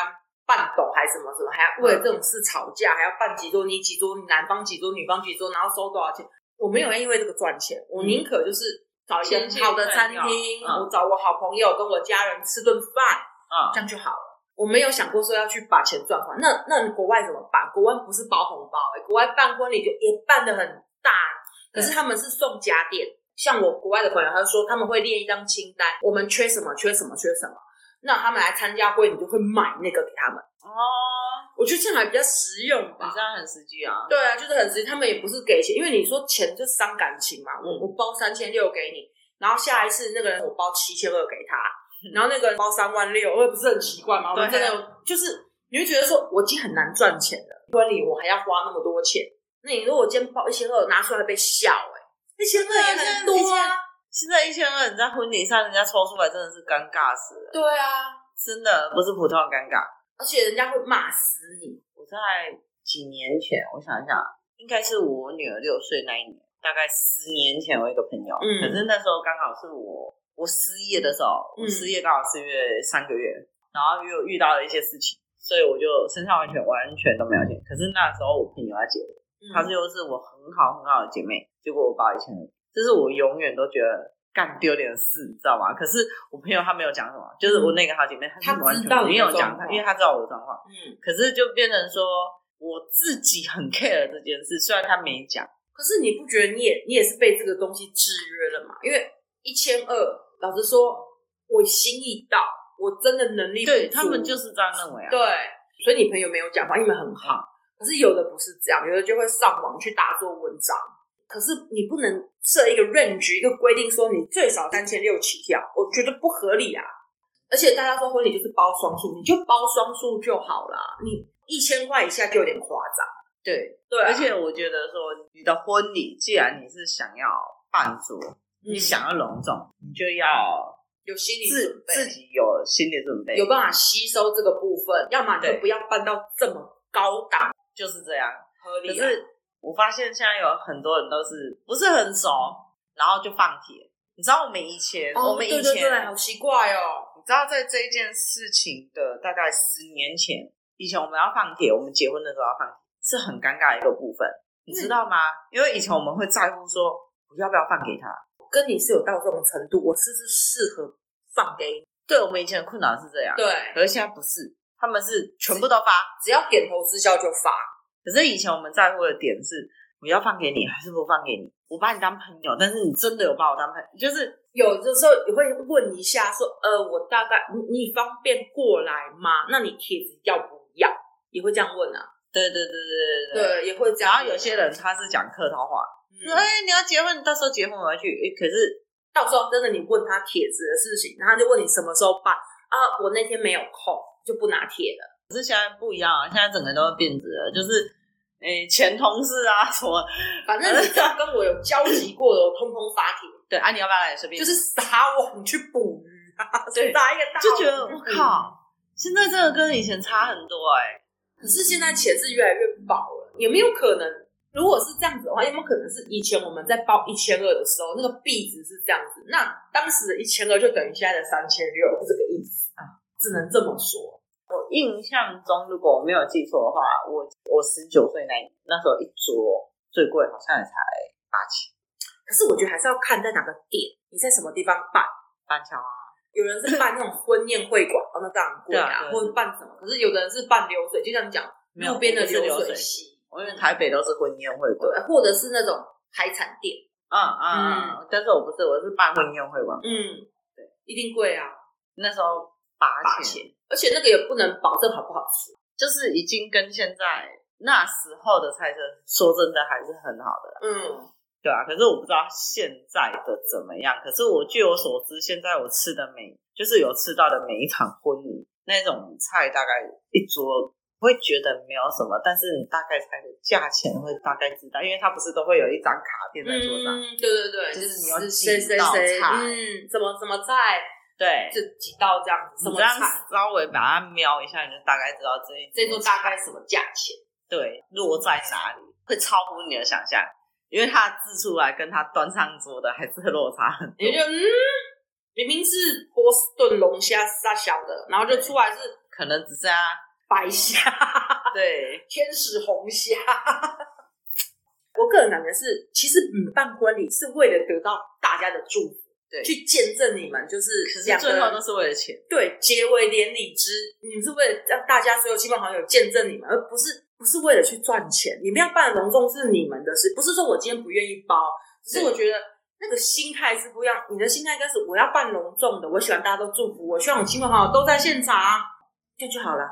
S2: 办斗还是什么什么，还
S3: 嗯
S2: 要为了这种事吵架，还要办几桌你几桌，男方几桌女方几桌，然后收多少钱，我没有要因为这个赚钱，我宁可就是找一
S3: 嗯先
S2: 个
S3: 去
S2: 好的餐
S3: 朋友
S2: 厅，
S3: 嗯
S2: 我找我好朋友跟我家人吃顿饭，
S3: 啊、
S2: 这样就好了。我没有想过说要去把钱赚回来。那那国外怎么办？国外不是包红包、欸，国外办婚礼就也办的很大，可
S3: 对
S2: 是他们是送家电。像我国外的朋友，他说他们会列一张清单，我们缺什么，缺什么，缺什么。那他们来参加婚礼，你就会买那个给他们。
S3: 哦，
S2: 我觉得这样还比较实用
S3: 你
S2: 吧
S3: 这。样很实际啊。
S2: 对啊，就是很直接，他们也不是给钱，因为你说钱就伤感情嘛。我
S3: 嗯
S2: 我包三千六给你，然后下一次那个人我包七千二给他，然后那个人包三万六，我也不是很奇怪嘛。我们
S3: 对
S2: 真的就是你会觉得说，我已经很难赚钱了，婚礼我还要花那么多钱，那你如果今天包一千二拿出来被笑哎、一千二也很多啊。
S3: 现在一千二，你在婚礼上人家抽出来，真的是尴尬死了，
S2: 对啊，
S3: 真的不是普通的尴尬。
S2: 而且人家会骂死你。
S3: 我在几年前，我想一下，应该是我女儿六岁那一年，大概十年前，我有一个朋友，
S2: 嗯
S3: 可是那时候刚好是我我失业的时候，
S2: 嗯
S3: 我失业刚好四月三个月，然后又遇到了一些事情，所以我就身上完全完全都没有钱。可是那时候我朋友要结婚，她
S2: 嗯
S3: 就是我很好很好的姐妹，结果我把以前这是我永远都觉得。干丢脸的事，你知道吗？可是我朋友她没有讲什么，就是我那个好姐妹，她
S2: 嗯她
S3: 是完
S2: 知道
S3: 全
S2: 你的
S3: 没有
S2: 状
S3: 讲，
S2: 况
S3: 因为她知道我的状况。
S2: 嗯，
S3: 可是就变成说我自己很 care 这件事，虽然他没讲，
S2: 可是你不觉得你也你也是被这个东西制约了吗？因为一千二，老实说，我心意到，我真的能力不
S3: 对
S2: 足
S3: 他们就是这样认为啊。
S2: 对，所以你朋友没有讲话，你们很好。可是有的不是这样，有的就会上网去打做文章。可是你不能设一个 range 一个规定，说你最少三千六起跳，我觉得不合理啊。而且大家说婚礼就是包双数，你就包双数就好啦。你一千块以下就有点夸张。
S3: 对，
S2: 对啊、
S3: 而且我觉得说你的婚礼，既然你是想要办桌，你
S2: 嗯
S3: 想要隆重，你就要
S2: 有心理准
S3: 自
S2: 备，
S3: 自己有心理准备，
S2: 有办法吸收这个部分，要么你就
S3: 对
S2: 不要办到这么高档
S3: 就是这样。
S2: 合
S3: 可
S2: 理、啊。
S3: 是我发现现在有很多人都是不是很熟，然后就放铁。你知道我们以前，
S2: 哦，
S3: 我们以前
S2: 对对对，好奇怪哦。
S3: 你知道，在这一件事情的大概十年前，以前我们要放铁，我们结婚的时候要放铁，是很尴尬的一个部分，你
S2: 嗯
S3: 知道吗？因为以前我们会在乎说，我要不要放给他？
S2: 跟你是有到这种程度，我是不是适合放给你？
S3: 对我们以前的困扰是这样，，
S2: 对，
S3: 可是现在不是，他们是全部都发。
S2: 只要点头之交就发。
S3: 可是以前我们在乎的点是，我要放给你还是不放给你？我把你当朋友，但是你真的有把我当朋友，就是
S2: 有的时候也会问一下，说，呃，我大概你你方便过来吗？那你帖子要不要？也会这样问啊，
S3: 对对对对对对。
S2: 对，也会这样
S3: 然
S2: 问。
S3: 后有些人他是讲客套话，
S2: 嗯、
S3: 说哎、你要结婚，到时候结婚我要去。哎可是
S2: 到时候真的你问他帖子的事情，然后他就问你什么时候办啊？我那天没有空，就不拿帖了。
S3: 可是现在不一样啊，现在整个都变质了，就是诶、前同事啊什么，
S2: 反正你只要跟我有交集过的，我通通发帖，
S3: 对啊，你要不要来随便？
S2: 就是撒网去捕鱼啊，
S3: 对
S2: 撒一个大
S3: 就觉得
S2: 网
S3: 我
S2: 去捕鱼
S3: 靠，现在这个跟以前差很多哎、
S2: 可是现在钱是越来越薄了，有没有可能？如果是这样子的话，有没有可能是以前我们在报一千二的时候，那个币值是这样子？那当时的一千二就等于现在的三千六，是这个意思啊？只能这么说。
S3: 我印象中，如果我没有记错的话，我我十九岁那一年那时候一桌最贵好像也才八千，
S2: 可是我觉得还是要看在哪个点，你在什么地方办。
S3: 半千啊，
S2: 有人是办那种婚宴会馆，哦，那当然很贵
S3: 对啊
S2: 啊，
S3: 对
S2: 或者办什么。可是有的人是办流水，就像你讲
S3: 没有
S2: 路边的
S3: 我不是流
S2: 水
S3: 水
S2: 席，
S3: 我因为台北都是婚宴会馆，
S2: 对，或者是那种海产店，
S3: 嗯嗯，嗯但是我不是，我是办婚宴会馆，
S2: 嗯，对，一定贵啊，
S3: 那时候八
S2: 八千，而且那个也不能保证好不好吃。
S3: 就是已经跟现在那时候的菜色，说真的还是很好的啦，
S2: 嗯，
S3: 对啊。可是我不知道现在的怎么样。可是我据我所知，现在我吃的每就是有吃到的每一场婚礼那种菜，大概一桌会觉得没有什么，但是你大概猜的价钱会大概知道，因为它不是都会有一张卡片在桌上。
S2: 嗯，对对对，
S3: 就是是你有几
S2: 谁谁
S3: 道
S2: 谁，
S3: 菜
S2: 嗯，什么什么菜，
S3: 对，
S2: 这几道这样子，什
S3: 你
S2: 么
S3: 这样
S2: 菜，
S3: 稍微把它瞄一下，你就大概知道这一
S2: 这桌大概什么价钱？
S3: 对落在哪里，会超乎你的想象。因为它的字出来跟它端上桌的还是落差很多
S2: 你。就嗯，明明是波士顿龙虾沙小的，然后就出来是
S3: 可能只是啊，
S2: 白虾、
S3: 对，
S2: 天使红虾。 我个人感觉是，其实你办婚礼是为了得到大家的祝福，
S3: 对
S2: 去见证你们就是
S3: 可是
S2: 两个
S3: 最后
S2: 人
S3: 都是为了钱。
S2: 对结为连理枝，你们是为了让大家所有亲朋好友见证你们，而不是不是为了去赚钱。你们要办的隆重是你们的事，不是说我今天不愿意包，只是我觉得那个心态是不一样。你的心态应该是我要办隆重的，我喜欢大家都祝福我，希望我亲朋好友都在现场，啊这样就好了。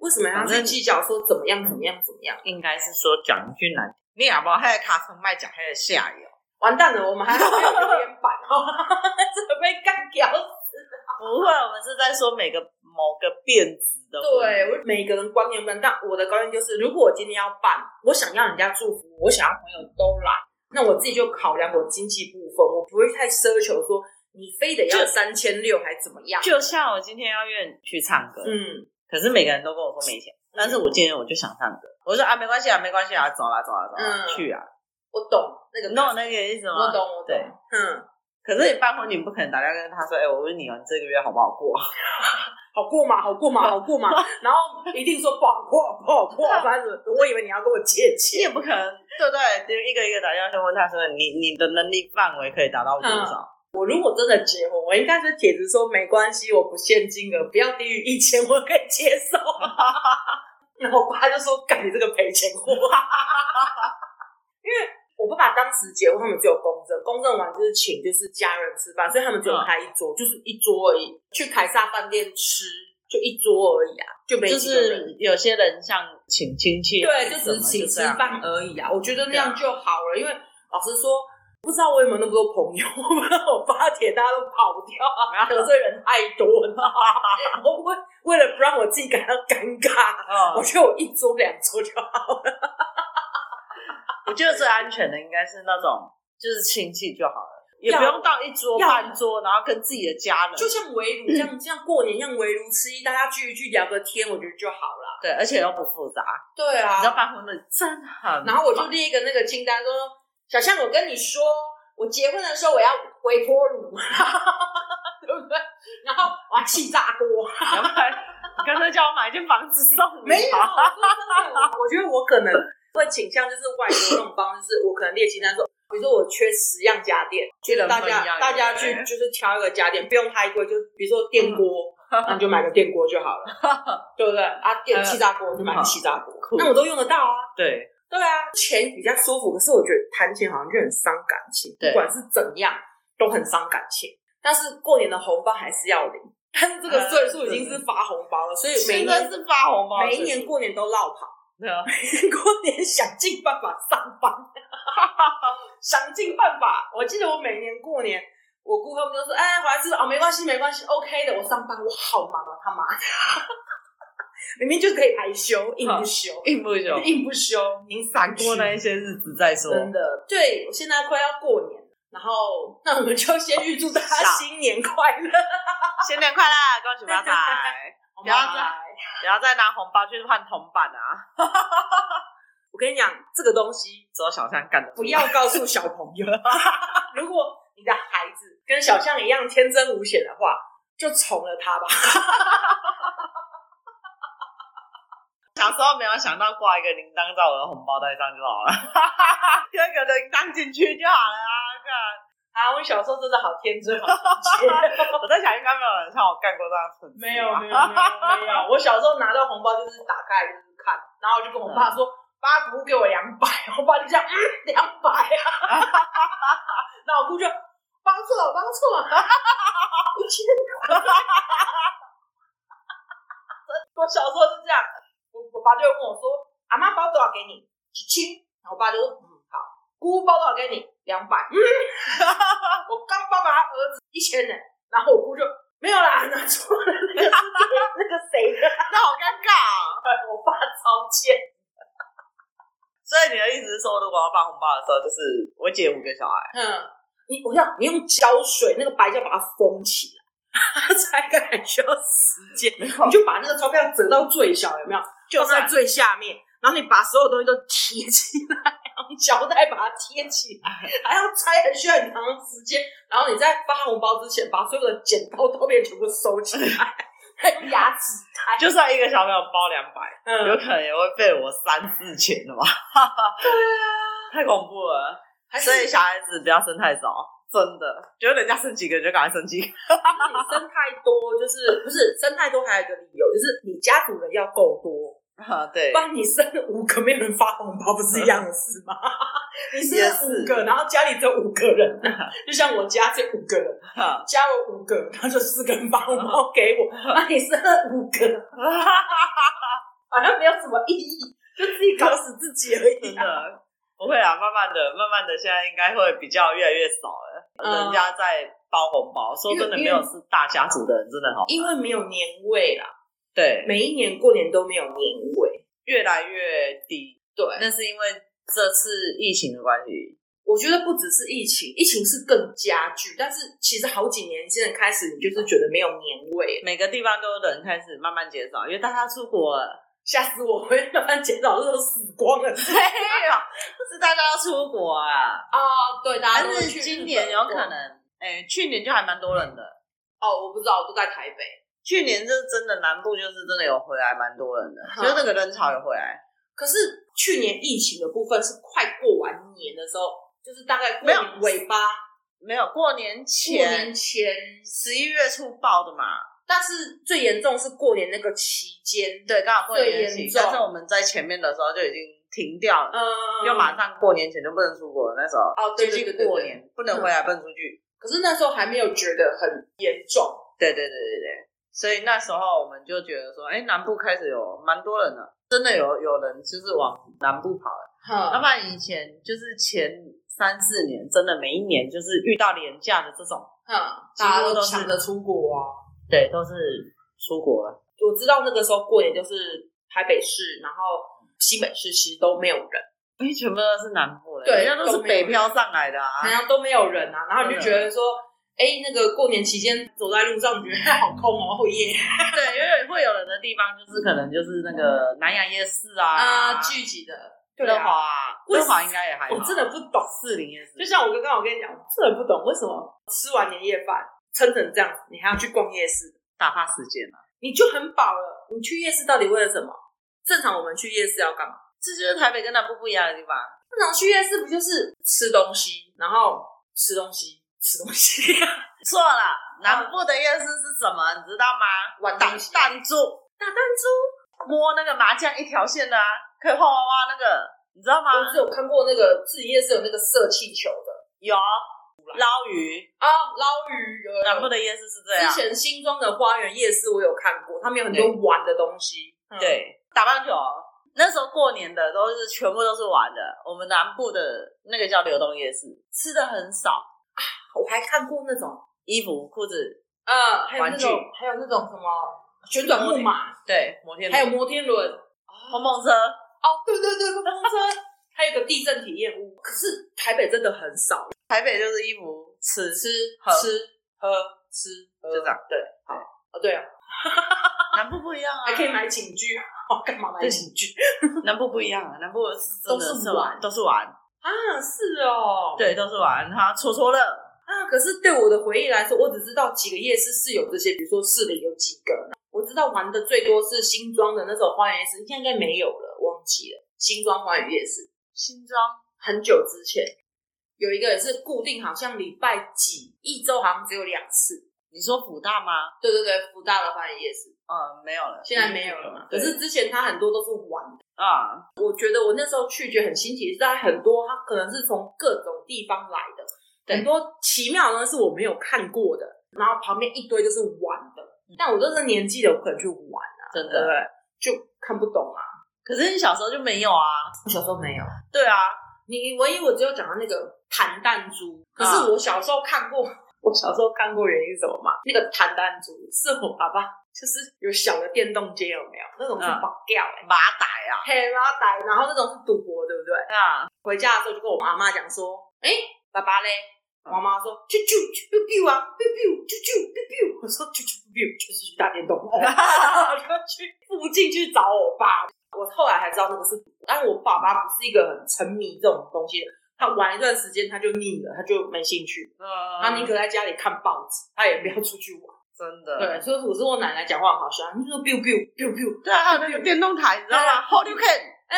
S2: 为什么要
S3: 反
S2: 去
S3: 正
S2: 计较说怎么样怎么样怎么样？
S3: 应该是说讲一句难听，你也不好，还卡层卖讲还有下游，
S2: 完蛋了，我们还好没有留言板哦， 这个被干掉死。
S3: 不会，我们是在说每个某个变质的。
S2: 对，我每个人观念不一样，但我的观念就是，如果我今天要办，我想要人家祝福我，我想要朋友都来，那我自己就考量我经济部分，我不会太奢求说你非得要
S3: 就
S2: 三千六还怎么样。
S3: 就像我今天要约你去唱歌，
S2: 嗯，
S3: 可是每个人都跟我说没钱，但是我今天我就想唱歌，我说啊没关系啊没关系啊，走啦走啦走啦，
S2: 嗯
S3: 去啊，
S2: 我懂那个
S3: 哦你懂我那个意思吗？
S2: 我懂，我懂
S3: 对。
S2: 嗯，
S3: 可是你办婚礼不可能打电话跟他说，哎、我问你哦，你这个月好不好过？
S2: 好过嘛，好过嘛，好过 嘛。然后一定说不好过，不好过，反正我以为你要跟我借
S3: 你也
S2: 钱。
S3: 不可能，对不对？就一个一个打电话去问他说，你你的能力范围可以达到多少？
S2: 我如果真的结婚，我应该是帖子说没关系，我不限金额，不要低于一千，我可以接受。然后我爸就说：“干你这个赔钱货！” 因为我爸爸当时结婚，他们只有公证，公证完就是请就是家人吃饭，所以他们只有开一桌，就是一桌而已。去凯撒饭店吃就一桌而已啊，就没
S3: 就
S2: 几个人。
S3: 是有些人像请亲戚啊，
S2: 对，就只是请吃
S3: 什么就这样
S2: 饭而已啊。我觉得那样就好了，因为老实说，不知道我有没有那么多朋友，我不知道我发帖大家都跑掉啊， 得罪人太多了。 我为为了不让我自己感到尴尬，我
S3: 哦，
S2: 觉得我一桌两桌就好。
S3: 我觉得最安全的应该是那种就是亲戚就好了，也
S2: 要
S3: 不用到一桌
S2: 要
S3: 半桌，然后跟自己的家人。
S2: 就像围炉这样，像过年一样围炉吃一，大家聚一聚聊个天，我觉得就好了。
S3: 对，而且又不复杂，
S2: 对
S3: 你
S2: 啊
S3: 知道办婚礼真的很。
S2: 然后我就列一个那个清单，说小象，我跟你说，我结婚的时候我要微波炉， 对不对？然后我要气炸锅。
S3: 然后你干脆叫我买一间房子送你。
S2: 没有，我 觉得我可能会倾向就是外国那种方式，我可能列清单说，比如说我缺十样家电，
S3: 缺人份
S2: 大
S3: 一样
S2: 家大家去
S3: 对
S2: 就是挑一个家电，不用太贵，就比如说电 锅，那你就买个电锅就好了，对不对？啊，电
S3: 嗯
S2: 气炸锅就买个气炸锅
S3: 酷，
S2: 那我都用得到啊。
S3: 对，
S2: 对啊，钱比较舒服，可是我觉得谈钱好像就很伤感情，
S3: 对
S2: 不管是怎样都很伤感情。但是过年的红包还是要领， 但是这个
S3: 嗯
S2: 岁数已经是发红包了，所以每
S3: 啊真的
S2: 年
S3: 是发红包，
S2: 每一年过年都落跑。
S3: 对啊，
S2: 过年想尽办法上班， 想尽办法。我记得我每年过年，我姑他们都说：“哎，回来吃啊、哦，没关系，没关系，OK 的。”我上班，我好忙啊，他妈的！ 明明就可以排休，硬不休，
S3: 硬不久，
S2: 硬不休，您闪
S3: 过那一些日子再说。
S2: 真的，对我现在快要过年了，然后那我们就先预祝大家
S3: 好
S2: 新年快 乐，
S3: 新年快乐，恭喜 发财！不要
S2: 拜
S3: 这
S2: 拜
S3: 样不要再拿红包去换铜板啊！
S2: 我跟你讲，这个东西
S3: 只有小象干的，
S2: 不要告诉小朋友。 如果你的孩子跟小象一样天真无邪的话，就宠了他吧。
S3: 小时候没有想到挂一个铃铛在我的红包袋上就好了， 丢一个铃铛进去就好了啊！干
S2: 啊，我小时候真的 好天真，好纯 洁。
S3: 我在想，应该没有人像我干过这样的蠢事吧
S2: 没有没有没有没 有，我小时候拿到红包就是打开来就是看，然后我就跟我爸说：“爸，补给我两百。”我爸就这样：“嗯， 两百啊。”然后我姑就：“包错了，包错了， 一千。”我小时候是这样，我我爸就会问我说：“阿妈包多少给你？几千？”然后我爸就说：“嗯，好。”姑姑包多少给你？两百。嗯， 我刚包给他儿子一千呢，然后我姑就。没有啦， 拿错了，那个是那个谁的，
S3: 那好尴尬哦。
S2: 我爸超贱。
S3: 所以你的意思是说，如果我要发红包的时候，就是我姐五个小孩，
S2: 嗯，你我想你用胶水那个白胶把它封起来，拆开还需要时间，
S3: 没
S2: 你就把那个钞票折到最小，有没有？
S3: 就
S2: 放在
S3: 算
S2: 最下面，然后你把所有东西都贴起来，然后胶带把它贴起来，还要拆，很需要很长的时间。然后你在发红包之前，把所有的剪刀刀片全部收起来，还有牙齿开。
S3: 就算一个小朋友包两百，有
S2: 嗯，
S3: 可能也会被我三四千的吧。 对啊，太恐怖了。
S2: 还是
S3: 所以小孩子不要生太早，真的，觉得人家生几个就赶快生几个。
S2: 你生太多，就是不是生太多，还有一个理由就是你家族人要够多。
S3: 啊，对，
S2: 帮你生五个，没有人发红包，不是一样的事吗？ 你生了五
S3: 也
S2: 个，然后家里只有五个人，啊 就像我家只有五个人，
S3: 哈
S2: 加我五个，他就四个人发红包给
S3: 嗯
S2: 我，那你生了五个，好像没有什么意义，就自己搞死自己而
S3: 真
S2: 已、啊。
S3: 的不会啊，慢慢的，慢慢的，现在应该会比较越来越少了。
S2: 嗯
S3: 人家在包红包，说真的，没
S2: 因为因为
S3: 有是大家族的人真的好，
S2: 因为没有年味啦，
S3: 对，
S2: 每一年过年都没有年味。
S3: 越来越低。
S2: 对，
S3: 那是因为这次疫情的关系，
S2: 我觉得不只是疫情，疫情是更加剧，但是其实好几年现在开始，你就是觉得没有年味了
S3: 每个地方都人开始慢慢减少，因为大家出国了。
S2: 吓死我！我慢慢减少，这都死光了。
S3: 没有，是大家要出国啊。
S2: 啊、对，大家
S3: 但
S2: 都会去
S3: 是
S2: 日
S3: 今
S2: 本
S3: 年有可
S2: 逛
S3: 能，哎、去年就还蛮多人的。
S2: 哦，我不知道，我都在台北。
S3: 去年这真的南部就是真的有回来蛮多人的，
S2: 哈
S3: 就是那个人潮有回来。
S2: 可是去年疫情的部分是快过完年的时候，就是大概过
S3: 没有
S2: 年尾巴
S3: 没有过年
S2: 过年
S3: 前
S2: 前，
S3: 十一月初报的嘛，
S2: 但是最严重是过年那个期间，
S3: 对，刚好过
S2: 最
S3: 年前
S2: 严，重
S3: 但是我们在前面的时候就已经停掉了，
S2: 嗯，
S3: 就马上过年前就不能出国了。那时候
S2: 哦，对
S3: 接
S2: 对对
S3: 近
S2: 对嗯
S3: 过
S2: 对。
S3: 年不能回来，不能出去。
S2: 可是那时候还没有觉得很严重，
S3: 对对对对对，所以那时候我们就觉得说，哎，南部开始有蛮多人了，真的有有人就是往南部跑了。要
S2: 哈
S3: 不然以前就是前三四年，真的每一年就是遇到廉价的这种，
S2: 哈，
S3: 几乎
S2: 大家都
S3: 都是
S2: 抢着出国啊。
S3: 对，都是出国了。
S2: 我知道那个时候过年就是台北市，然后新北市其实都没有人。
S3: 因哎为全部都是南部人，
S2: 对
S3: 人家都
S2: 都
S3: 是
S2: 没有
S3: 北漂上来的啊。
S2: 然后都没有人啊，然后你就觉
S3: 真的
S2: 得说，哎，那个过年期间走在路上，你觉得好空哦，哦耶
S3: 对，因为会有人的地方就是可能就是那个南洋夜市啊，
S2: 聚集的，对
S3: 乐华
S2: 啊，
S3: 啊，
S2: 为
S3: 乐华应该也还好。
S2: 我真的不懂，
S3: 四零夜市，
S2: 就像我刚刚我跟你讲，我真的不懂为什么吃完年夜饭撑成这样子，你还要去逛夜市，
S3: 打发时间啊。
S2: 你就很饱了，你去夜市到底为了什么？正常我们去夜市要干嘛？
S3: 这就是台北跟南部不一样的地方。
S2: 正常去夜市不就是吃东西，然后吃东西，吃东西，
S3: 错了，南部的夜市是什么？你知道吗？
S2: 玩
S3: 打
S2: 东西，
S3: 弹珠，
S2: 打弹珠，
S3: 摸那个麻将一条线的啊，可以画娃娃那个，你知道吗？
S2: 我只有看过那个自己夜市有那个射气球的。
S3: 有捞鱼，
S2: 啊，捞鱼有
S3: 南部的夜市是这样
S2: 之。前新庄的花园夜市我有看过，他们有很多玩的东西。嗯，
S3: 对，打棒球。那时候过年的都是全部都是玩的，我们南部的那个叫流动夜市，吃的很少，
S2: 我还看过那种，
S3: 衣服、裤子，
S2: 呃，还有那
S3: 玩具
S2: 种，还有那种什么旋转木马，
S3: 对，摩天轮，
S2: 还有摩天轮。
S3: 碰碰车，
S2: 哦，对对对，碰碰 车，还有个地震体验屋。可是台北真的很少
S3: 台北就是衣服、吃，
S2: 吃
S3: 喝
S2: 吃喝吃，喝
S3: 就这样。
S2: 对，好啊，对啊，
S3: 南部不一样啊，
S2: 还可以买寝具，哦，干嘛买寝具
S3: 南部不一样啊，南部是真的
S2: 都是
S3: 是
S2: 玩
S3: 都是玩，
S2: 啊？是哦，
S3: 对，都是玩，哈，戳戳乐，
S2: 啊，可是对我的回忆来说，我只知道几个夜市是有这些，比如说市里有几个，我知道玩的最多是新庄的那种花园夜市，现在应该没有了，忘记了。新庄花园夜市
S3: 新装，
S2: 很久之前有一个也是固定，好像礼拜几一周好像只有两次。
S3: 你说福大吗？
S2: 对对对，福大的花园夜市
S3: 嗯，没有了，
S2: 现在没有了嘛，可
S3: 嗯对
S2: 是之前它很多都是玩的。
S3: 啊，
S2: 我觉得我那时候去觉得很新奇，是它很多它可能是从各种地方来的，
S3: 对
S2: 很多奇妙呢是我没有看过的，然后旁边一堆就是玩的，但我都是年纪的，我可能去玩啊，嗯
S3: 真
S2: 对不
S3: 的。
S2: 对？就看不懂啊，
S3: 可是你小时候就没有啊？
S2: 我小时候没有。
S3: 对啊，
S2: 你唯一我只有讲到那个弹弹珠，可是我小时候看过， 我小时候看过原因是什么嘛？那个弹弹珠是我爸爸，就是有小的电动街有没有？那种是
S3: 嗯
S2: 绑掉哎、欸，
S3: 马仔啊，
S2: 黑拉带，然后那种是赌博对不对？
S3: 啊，
S2: 回家的时候就跟我妈妈讲说，哎、爸爸嘞？我妈妈说，啾啾啾啾啊，啾啾啾啾啾啾。我说啾啾啾啾，就是 去打电动，我就去附近去找我爸。我后来才知道那个是，但我爸爸不是一个很沉迷这种东西的，他玩一段时间他就腻了，他就没兴趣，
S3: 嗯
S2: 他宁啊可在家里看报纸，他也不要出去玩。
S3: 真的
S2: 对，所以我跟我奶奶讲话很好笑，她就说 biu biu biu biu，
S3: 对啊，还有那个电动台，你知道吗
S2: 对
S3: ？Hurricane
S2: 哎，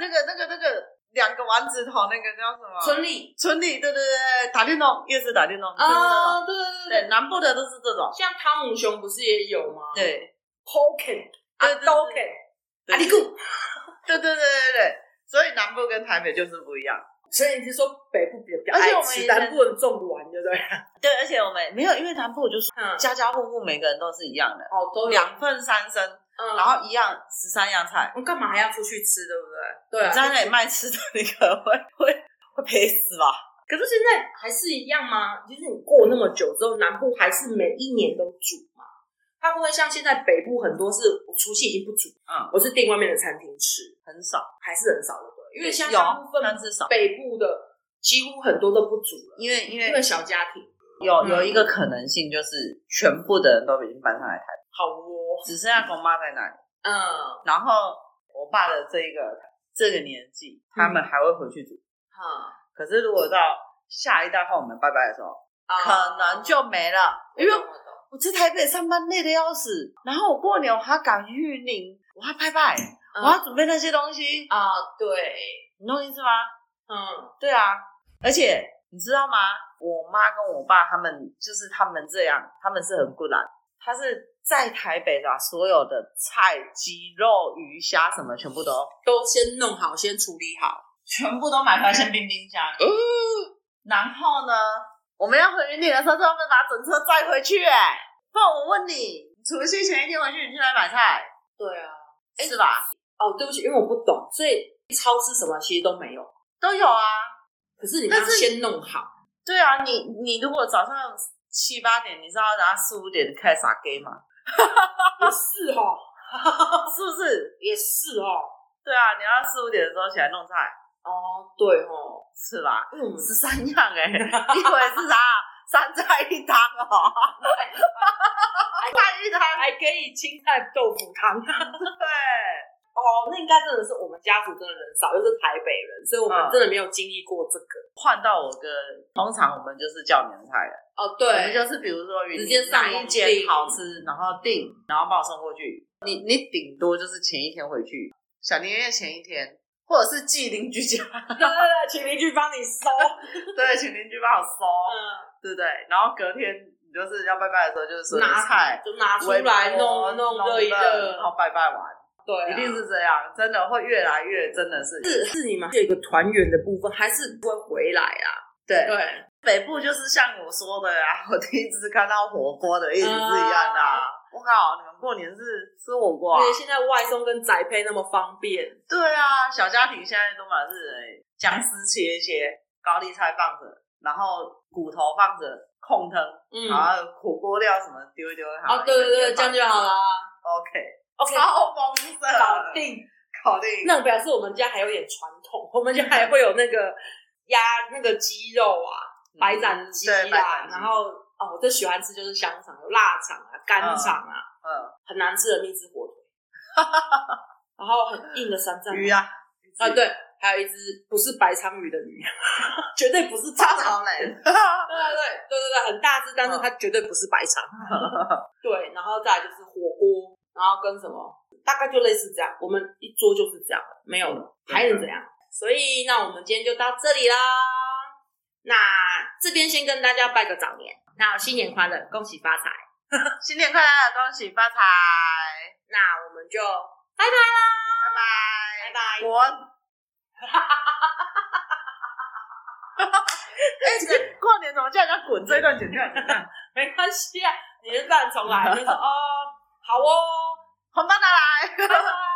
S3: 那个那个那个两个丸子头那个叫什么？
S2: 春丽
S3: 村里，哦对对对，对打电动，夜市打电动，就是那种
S2: 啊，对对对
S3: 对，南部的都是这种，
S2: 像汤姆熊不是也有吗？
S3: 对，
S2: ，Pokken 啊
S3: 对对对
S2: ，Dokken
S3: 对
S2: 啊，你顾，
S3: 对对对对对，所以南部跟台北就是不一样。
S2: 所以你是说北部比较比较
S3: 而且
S2: 爱
S3: 我们
S2: 吃，
S3: 以前
S2: 南部很重玩，对不对？
S3: 对，而且我们没有，因为南部就是
S2: 嗯，
S3: 家家户户每个人都是一样的，
S2: 哦都有，
S3: 两份三升，
S2: 嗯，
S3: 然后一样十三样菜。
S2: 我干嘛还要出去吃，对不对？对
S3: 你
S2: 啊，
S3: 在那里卖吃的，你可能会会会赔死吧？
S2: 可是现在还是一样吗？就是你过那么久之后，南部还是每一年都煮吗？它会不会像现在北部很多是我除夕已经不煮，
S3: 嗯，
S2: 我是订外面的餐厅吃，
S3: 很少，
S2: 还是很少的，对，因为像
S3: 有
S2: 大部分
S3: 但是少，
S2: 北部的几乎很多都不煮了，
S3: 因为
S2: 因
S3: 因为
S2: 为小家庭。
S3: 有
S2: 嗯
S3: 有一个可能性就是全部的人都已经搬上来台北，
S2: 好哦，
S3: 只啊剩下公妈在那里。
S2: 嗯，
S3: 然后我爸的这一个这个年纪，他们还会回去煮。
S2: 哈，
S3: 可是如果到下一代换我们拜拜的时候，
S2: 啊
S3: 可能就没了，因为
S2: 我懂我懂
S3: 我在台北上班累得要死，然后我过年我还要赶玉林，我还拜拜，
S2: 嗯
S3: 我要准备那些东西，
S2: 啊，对，
S3: 你懂我意思吗？
S2: 嗯
S3: 对啊，而且你知道吗？我妈跟我爸他们就是他们这样，他们是很固然，他是在台北把所有的菜、鸡肉、鱼虾什么全部都
S2: 都先弄好，先处理好。
S3: 全部都买回来先冰冰箱，然后呢，嗯我们要回云顶的时候，专门把整车载回去、哎，不然我问你，除夕前一天回去，你去哪里买菜？
S2: 对啊，
S3: 是吧？
S2: 哦，对不起，因为我不懂，所以超市什么其实都没有，
S3: 都有啊。
S2: 可是你们要
S3: 但是
S2: 先弄好。
S3: 对啊，你你如果早上七八点，你知道然后四五点开始撒 gay 吗？
S2: 也是哦，
S3: 是不是？
S2: 也是哦，
S3: 对啊，你要四五点的时候起来弄菜，
S2: 哦，对哦，
S3: 是吧？
S2: 嗯，
S3: 十三 样哎、你以为是啥？三菜一汤哦，三菜一汤，
S2: 啊还可以青菜豆腐 汤。
S3: 对，
S2: 哦，那应该真的是我们家族真的人少，又是台北人，所以我们
S3: 嗯
S2: 真的没有经历过这个。
S3: 换到我跟通常我们就是叫年菜的，
S2: 哦，
S3: 我们 就是比如说云林
S2: 直接上
S3: 哪一
S2: 网
S3: 间
S2: 订
S3: 好吃，然后订，然后把我送过去。你你顶多就是前一天回去，小年夜前一天，或者是寄邻居家，
S2: 对对对，请邻居帮你 收。
S3: 对，请邻居帮我收，
S2: 嗯，
S3: 对不对？然后隔天你就是要拜拜的时候，就是所有的
S2: 拿
S3: 菜
S2: 就拿出
S3: 微波
S2: 来弄
S3: 弄
S2: 热一热
S3: 然。后拜拜完，
S2: 对啊、
S3: 一定是这样，真的会越来越，真的是
S2: 是是你们有一个团圆的部分，还是会回来啦？
S3: 对
S2: 对，
S3: 北部就是像我说的啊， 我第一次看到火锅的意思是一样的、啊。我靠，你们过年是吃火锅、啊
S2: 因为？现在外送跟宅配那么方便，
S3: 对啊，小家庭现在都满是哎姜丝切一切，高丽菜放着，然后骨头放着，控汤，
S2: 嗯
S3: 然后火锅料什么丢一丢好。
S2: 哦，对对对，这样就好
S3: 了。
S2: 啦。
S3: OK，
S2: OK，
S3: 超丰盛，
S2: 搞，定。
S3: 搞定。嗯
S2: 那表示我们家还有点传统，我们家还会有那个鸭那个鸡肉啊，白斩鸡
S3: 对白
S2: 啊，
S3: 斩鸡
S2: 然后哦，我最喜欢吃就是香肠、有腊肠啊、干肠啊，
S3: 嗯
S2: 很难吃的蜜汁火腿，然后很硬的山楂
S3: 鱼啊，
S2: 啊，对，还有一只不是白鲳鱼的鱼， 绝对不是
S3: 超
S2: 鲳
S3: 好嘞。 嗯
S2: 对对对对对，很大只，但是它绝对不是白 肠。对，然后再来就是火锅，然后跟什么，大概就类似这样。我们一桌就是这样，没有了，
S3: 嗯
S2: 还能怎样？所以那我们今天就到这里啦。那这边先跟大家拜个早年，那新年快乐，恭喜发财。
S3: 新年快乐，恭喜发财，
S2: 那我们就拜拜啦，拜
S3: 拜拜，
S2: 拜。
S3: 滚。哎、这个过年怎么叫人家滚这一段 剪掉？剪掉
S2: 没关系啊，你就再重来，就说哦，好哦，
S3: 红包拿来！
S2: 拜拜。